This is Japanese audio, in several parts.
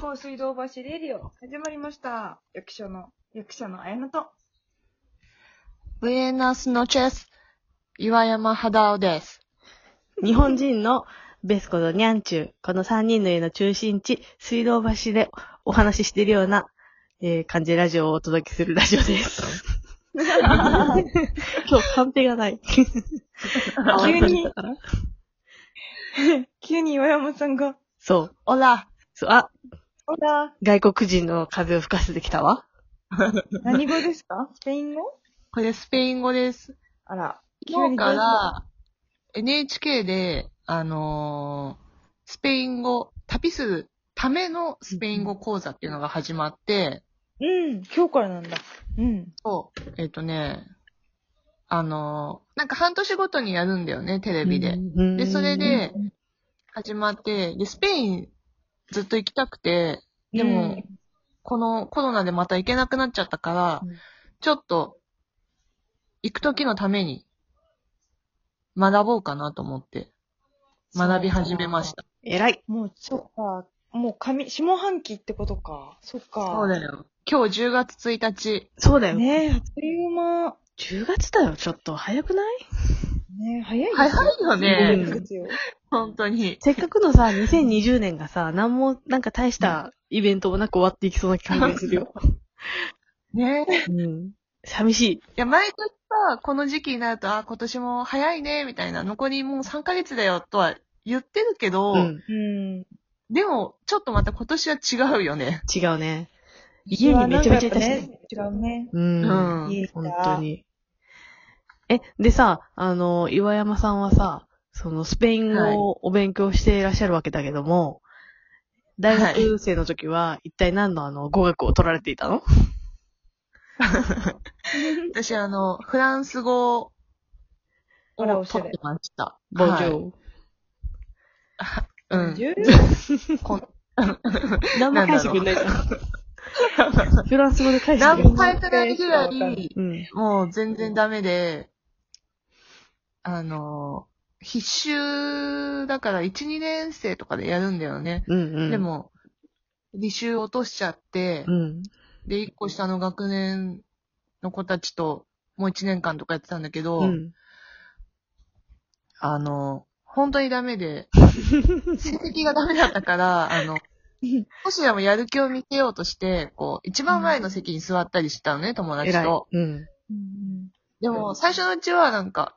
港水道橋レディオ、始まりました。役所の、役者のあやなと。ブエナスノチェス、岩山肌男です。日本人のベスコとニャンチュー、この3人の家の中心地、水道橋でお話ししてるような、えー感じでラジオをお届けするラジオです。 今日、カンペがない。急に、 急に岩山さんが、そう。オラ、そう、あ、ほら、外国人の風を吹かせてきたわ。何語ですかスペイン語これスペイン語です。あら、今日か、ら NHK で、あのースペイン語、旅するためのスペイン語講座っていうのが始まって、うん、今日からなんだ。うん。そうえっ、とね、あのーなんか半年ごとにやるんだよね、テレビで。うんで、それ、で、始まって、で、スペインずっと行きたくて、でも、うんこのコロナでまた行けなくなっちゃったから、うんちょっと、行く時のために、学ぼうかなと思って、学び始めました。偉い。もう、そっか、もう上、下半期ってことか。そっか。そうだよ。今日10月1日、そうだよ。ねえ、あっという間。 10月だよ、ちょっと。早くないねえ、早いです早いよ早ね、いですよ本当に。せっかくのさ、2020年がさ、なんも、なんか大したイベントもなく終わっていきそうな感じがするよ。ねいうん。寂しい。や、毎年さ、この時期になると、あ、今年も早いね、みたいな、残りもう3ヶ月だよ、とは言ってるけど、うん。うん。でも、ちょっとまた今年は違うよね。違うね。家にめちゃめちゃいたしね。違うね。うん。うん家いた本当に。え、でさ、あの、岩山さんはさ、そのスペインはい語をお勉強していらっしゃるわけだけども、大学生の時は一体何のあの語学を取られていたの、私、あの、フランス語あらおをしゃ取れってました。ボンジはいョー。うん。十こん何も返してくんないじゃん。フランス語で返してくれ何ない。回くらいぐら、わかんないうん。もう全然ダメで、あの、必修だから1、2年生とかでやるんだよね。うんうん。で、も、履修落としちゃってう、ん。で、1個下の学年の子たちと、もう1年間とかやってたんだけど、うん。あの、本当にダ メで、成績がダメだったから、あの、少しでもやる気を見せようとして、こう、一番前の席に座ったりしたのね、友達偉い。と。うん。うんでも、最初のうちはなんか、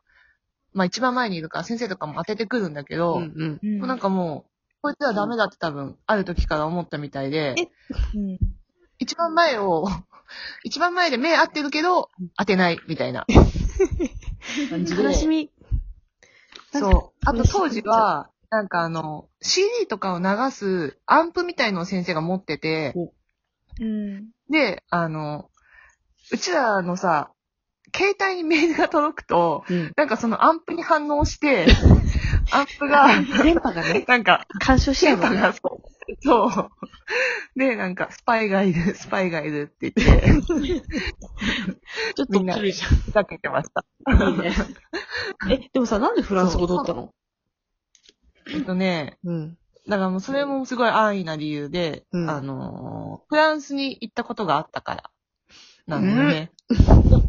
まあ一番前にいるから先生とかも当ててくるんだけど、うもんうん。うんうなんかもう、こいつはダメだって多分、ある時から思ったみたいで、えうん一番前を、 一番前で目合ってるけど、当てない、み たいな。感じで悲しみ。そう。あと楽しい当時は、なんかあの、CD とかを流すアンプみたいのを先生が持ってて、うん。で、あの、うちらのさ、携帯にメールが届くと、うん。なんかそのアンプに反 応して、アンプが、電波がね、なんか、干渉しちゃう電も波んねが、そう。そう。で、なんか、スパイがいる、スパイがいるっ て言って、ちょっとみんな面白いじゃん。ふざけてました。いいね。 え、でもさ、なんでフランス語取ったのえっとね、うん。だからもうそれもすごい安易な理由で、うんあのーフランスに行ったことがあったから。なんだよね。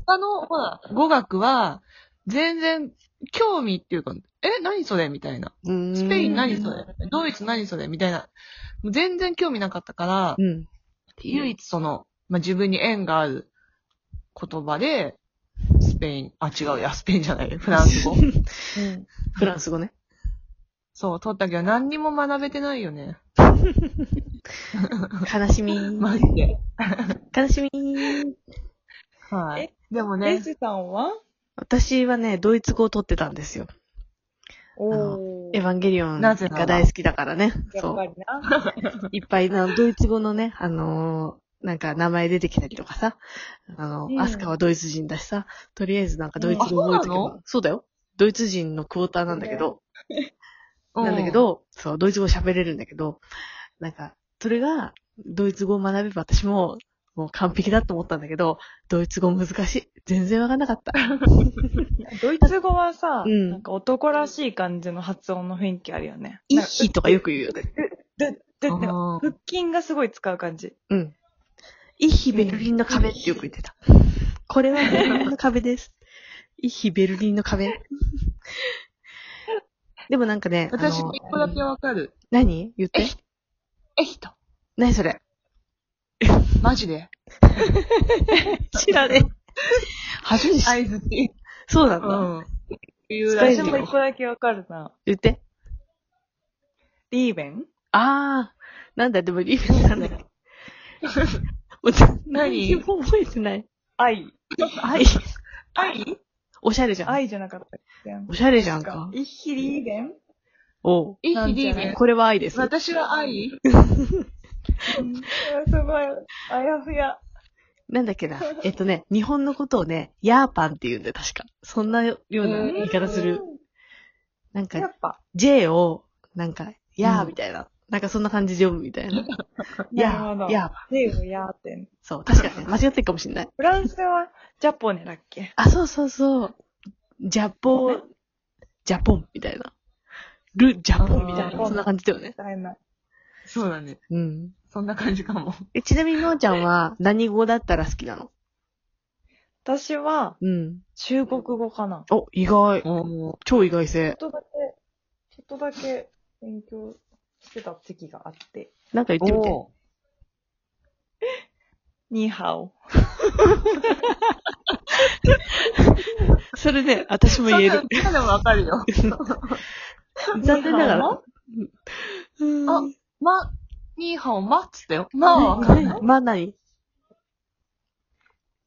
他の、ほら、語学は、全然、興味っていうか、え、何それみたいな。ススペイン何それドイツ何それみたいな。もう全然興味なかったから、うん。唯一その、まあ、自分に縁がある言葉で、スペイン、あ、違うや、 スペインじゃない、フラ ンス語。うんフランス語ね。そう、取ったけど何にも学べてないよね。悲しみ。マジで。悲しみ。はい。でもレね、スさんは私はね、ドイツ語を取ってたんですよ。おーエヴァンゲリオンなぜならが大好きだからね。やっそぱう。りな。いっぱいな、ドイツ語のね、あのーなんか名前出てきたりとかさ。あの、うんアスカはドイツ人だしさ。とりあえずなんかドイツ語うん覚あえとけば、そうなそうだよ。ドイツ人のクォーターなんだけど。うなんだけ、ど、そう、ドイツ語喋れるんだけど、なんか、それが、ドイツ語を学べば私も、もう完璧だと思ったんだけど、ドイツ語難しい。全然わかんなか った。ドイツ語はさ、うんなんか男らしい感じの発音の雰囲気あるよね。イッヒとかよく言うよね。ド、で、あなんかー腹筋がすごい使う感じ。うん。イヒベルリンの壁ってよく言ってた。これはベルリンの壁です。イヒベルリンの壁。でもなんかね、あの私、一個だけわかる。何言っえてひ。えひと。何それマジで 知らねえ。初めて知った。合図って。そうなんうだ。ん。いうらし私い使えもる一個だけわかるな。言って。リーベンあー、なんだ、でもリーベルなんだっけ。もうちょ 何何にも覚えてない。愛。 愛。愛おしゃれじゃん。愛じゃなかったっけおしゃれじゃんか。一匹リーベンおう。イヒリーベン。これは愛です。私は愛うんすごい、あやふや。なんだっけな。えっとね、日本のことをね、ヤーパンって言うんだよ、確か。そんなような言い方する。なんうん。やか、っぱ。 J を、なんか、ヤうーんみたいな。なんかそんな感じで読むみたい な。ヤなるほどー、。ヤーパン。リーベンやーって。そう、確かにね、間違ってるかもしれない。フランスはジャポネだっけあ、そうそうそう。ジャポ、ジャポンみたいな。ル・ジャポンみたあいな。ーそんな感じだよねみ。たいな。そうだね。うん。そんな感じかも。え、ちなみに、のーちゃんは何語だったら好きなの私はうん。中国語かな。お、意外。お超意外性。ちょっとだけ、ちょっとだけ勉強してた時期があって。なんか言ってみて。おニーハ オ。それね、私もそ言んえなるの。ただわかるよ。残念なニーハがらオ。うんあま、ニーハオまっつったよ。まはわかんない。まあ何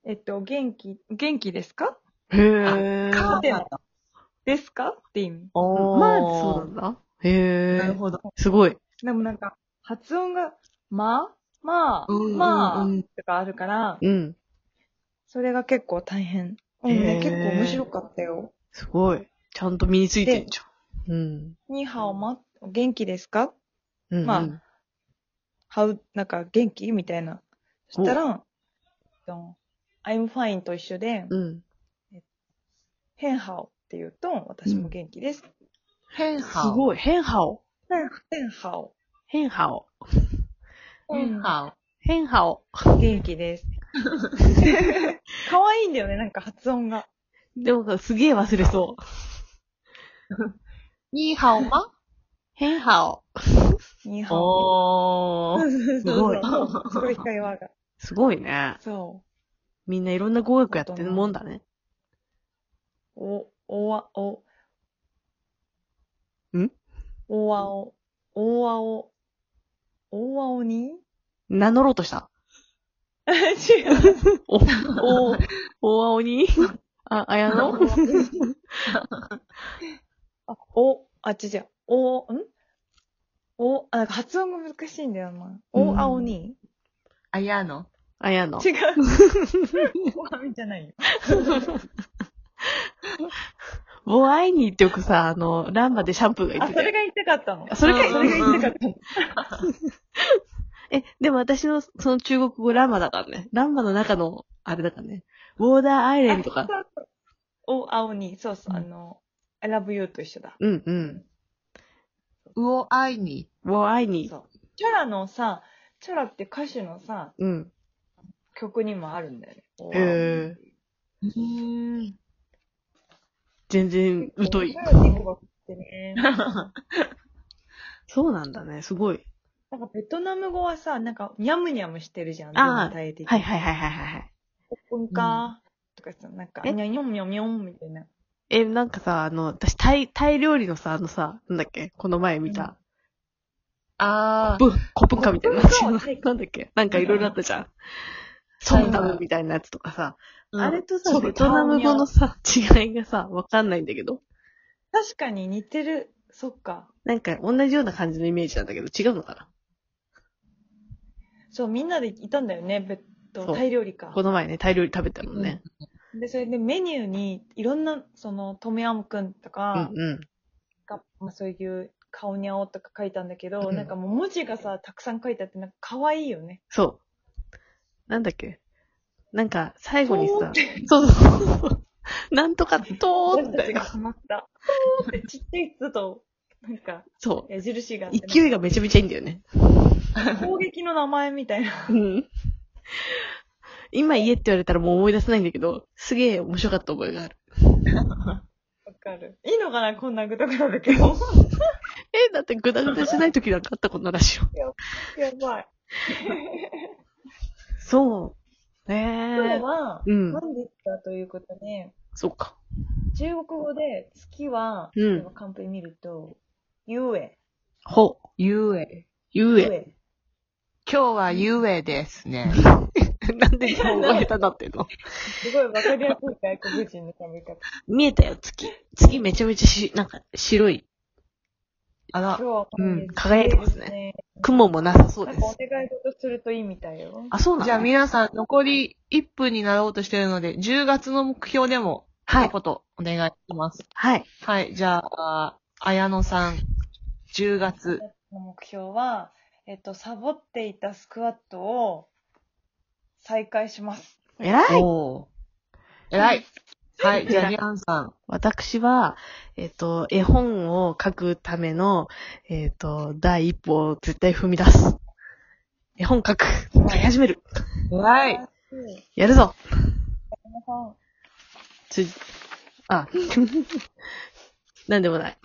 えっと、元気、元気ですかへえ。かだった。ですかって意味。おまあ、そうなんだ。へなるえ。ほど。すごい。でもなんか、発音が、ま、まあ、うんまあうん、とかあるから、うん。それが結構大変。でもへーね、結構面白かったよ。すごい。ちゃんと身についてんじゃん。うんニーハオま、元気ですかうんうん。まあハウ、なんか元気みたいな。そしたら、えっと I'm fine と一緒で、うん。変ハオって言うと、私も元気です。変す化。い。ごい。変派を。変ハオ。変派を。変化。変派を。元気 です。可愛いんだよね、なんか発音が。でも、すげえ忘れそう。ニーハオま変派を。ニーハオ。おそうそー。うすごいそうすごい会話が。すごいね。そみんないろんな語学やってるもんだね。う。お、おわ、お。んおわお。おわお。おわおに 名乗ろうとした。違う。お、お、おあおに あ、あや のあ、お、あ、違う違う。お、んお、あ、なんか発音が難しいんだよな。お、あおにあやの。あやの。違う。 おあみじゃないよ。おあいにってよくさ、あの、ランマでシャンプーが言っあ、てそたよれが言いたかったの。それか、そそれがれか言いたかったの。え、でも私のその中国語ランマだからね。ランマの中の、あれだからね。ウォーダー アイレンとか。お、青に、そうそう、うんあの、I love you と一緒だ。うんうん。うおあいに。ウォーアイにそ。う。チョラのさ、チョラって歌手のさ、うん。曲にもあるんだよね。おへえ。うーん。全然疎 い。ってね。そうなんだね。すごい。なんかベトナム語はさ、なんか、ニャムニャムしてるじゃん、あー全体的に。はいはいはいはいはいはい。オープンかーとかさ、なんか、えニャニョンニョンニョンみたいな。え、なんかさ、あの、私、タイ、タイ料理のさ、あのさ、なんだっけこの前見た。あー。ブ、コプンカみたいな。コプンカはタイ なんだっけなんかいろいろあったじゃん。ソンダムみたいなやつとかさ。あれとそさ、うベトナム語のさ、違いがさ、わかんないんだけど。確かに似てる。そっか。なんか同じような感じのイメージなんだけど、違うのかそう、みんなでいたんだよね、ベそト、うタイ料理かな。この前ね、タイ料理食べたのね。で、それでメニューに、いろんな、その、トムヤムくんとうか、んうん。が、まあ、そういう顔にゃおとか書いたんだけど、うんなんかもう文字がさ、たくさん書いてあって、なんか可愛いよね。そう。なんだっけなんか、最後にさ、そうそうそうそう。なんとか、とーみたいな。ハマった。ちっちゃい「つ」と、なんか、そう。矢印があってなんか勢いがめちゃめちゃいいんだよね。攻撃の名前みたいな。うん。今言えって言われたらもう思い出せないんだけど、すげえ面白かった覚えがある。わかる。いいのかなこんなぐだぐだだけ ど。え、だってグダグダしない時なんかあったこんなラジオ。やばい。そう。今日ねえ。は、うん何ですかということで、そうか。中国語で月は、うん例えばカンペ見ると、ゆえ、ほ、ゆえ。ゆえ。え。今日はゆえですね。 なんで日本語下手だってんのすごいわかりやすい外国人の食べ方。 見えたよ、月。月めちゃめちゃし、なんか白い。あら、今日うん輝いてますね。雲もなさそうなでんかおす。願い事するといいみたいよ。あ、そうなのじゃあ皆さん残り1分になろうとしているので、10月の目標でも、はい一言お願いします。はい。はい、じゃあ、綾野さん、10月。目標は、えっと、サボっていたスクワットを再開します。偉い。おー。偉い。はい、じゃあ、偉いリアンさん。私は、えっ、と、絵本を書くための、えっ、と、第一歩を絶対踏み出す。絵本書く。書き 始める。偉い。うん。皆やるぞ。さん、つ、あ、 なんでもない。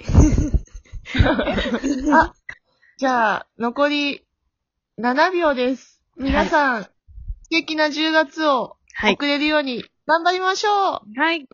あ、じゃあ、残り7秒です。皆さん、素敵な10月をは送い。れるように頑張りましょう、はい。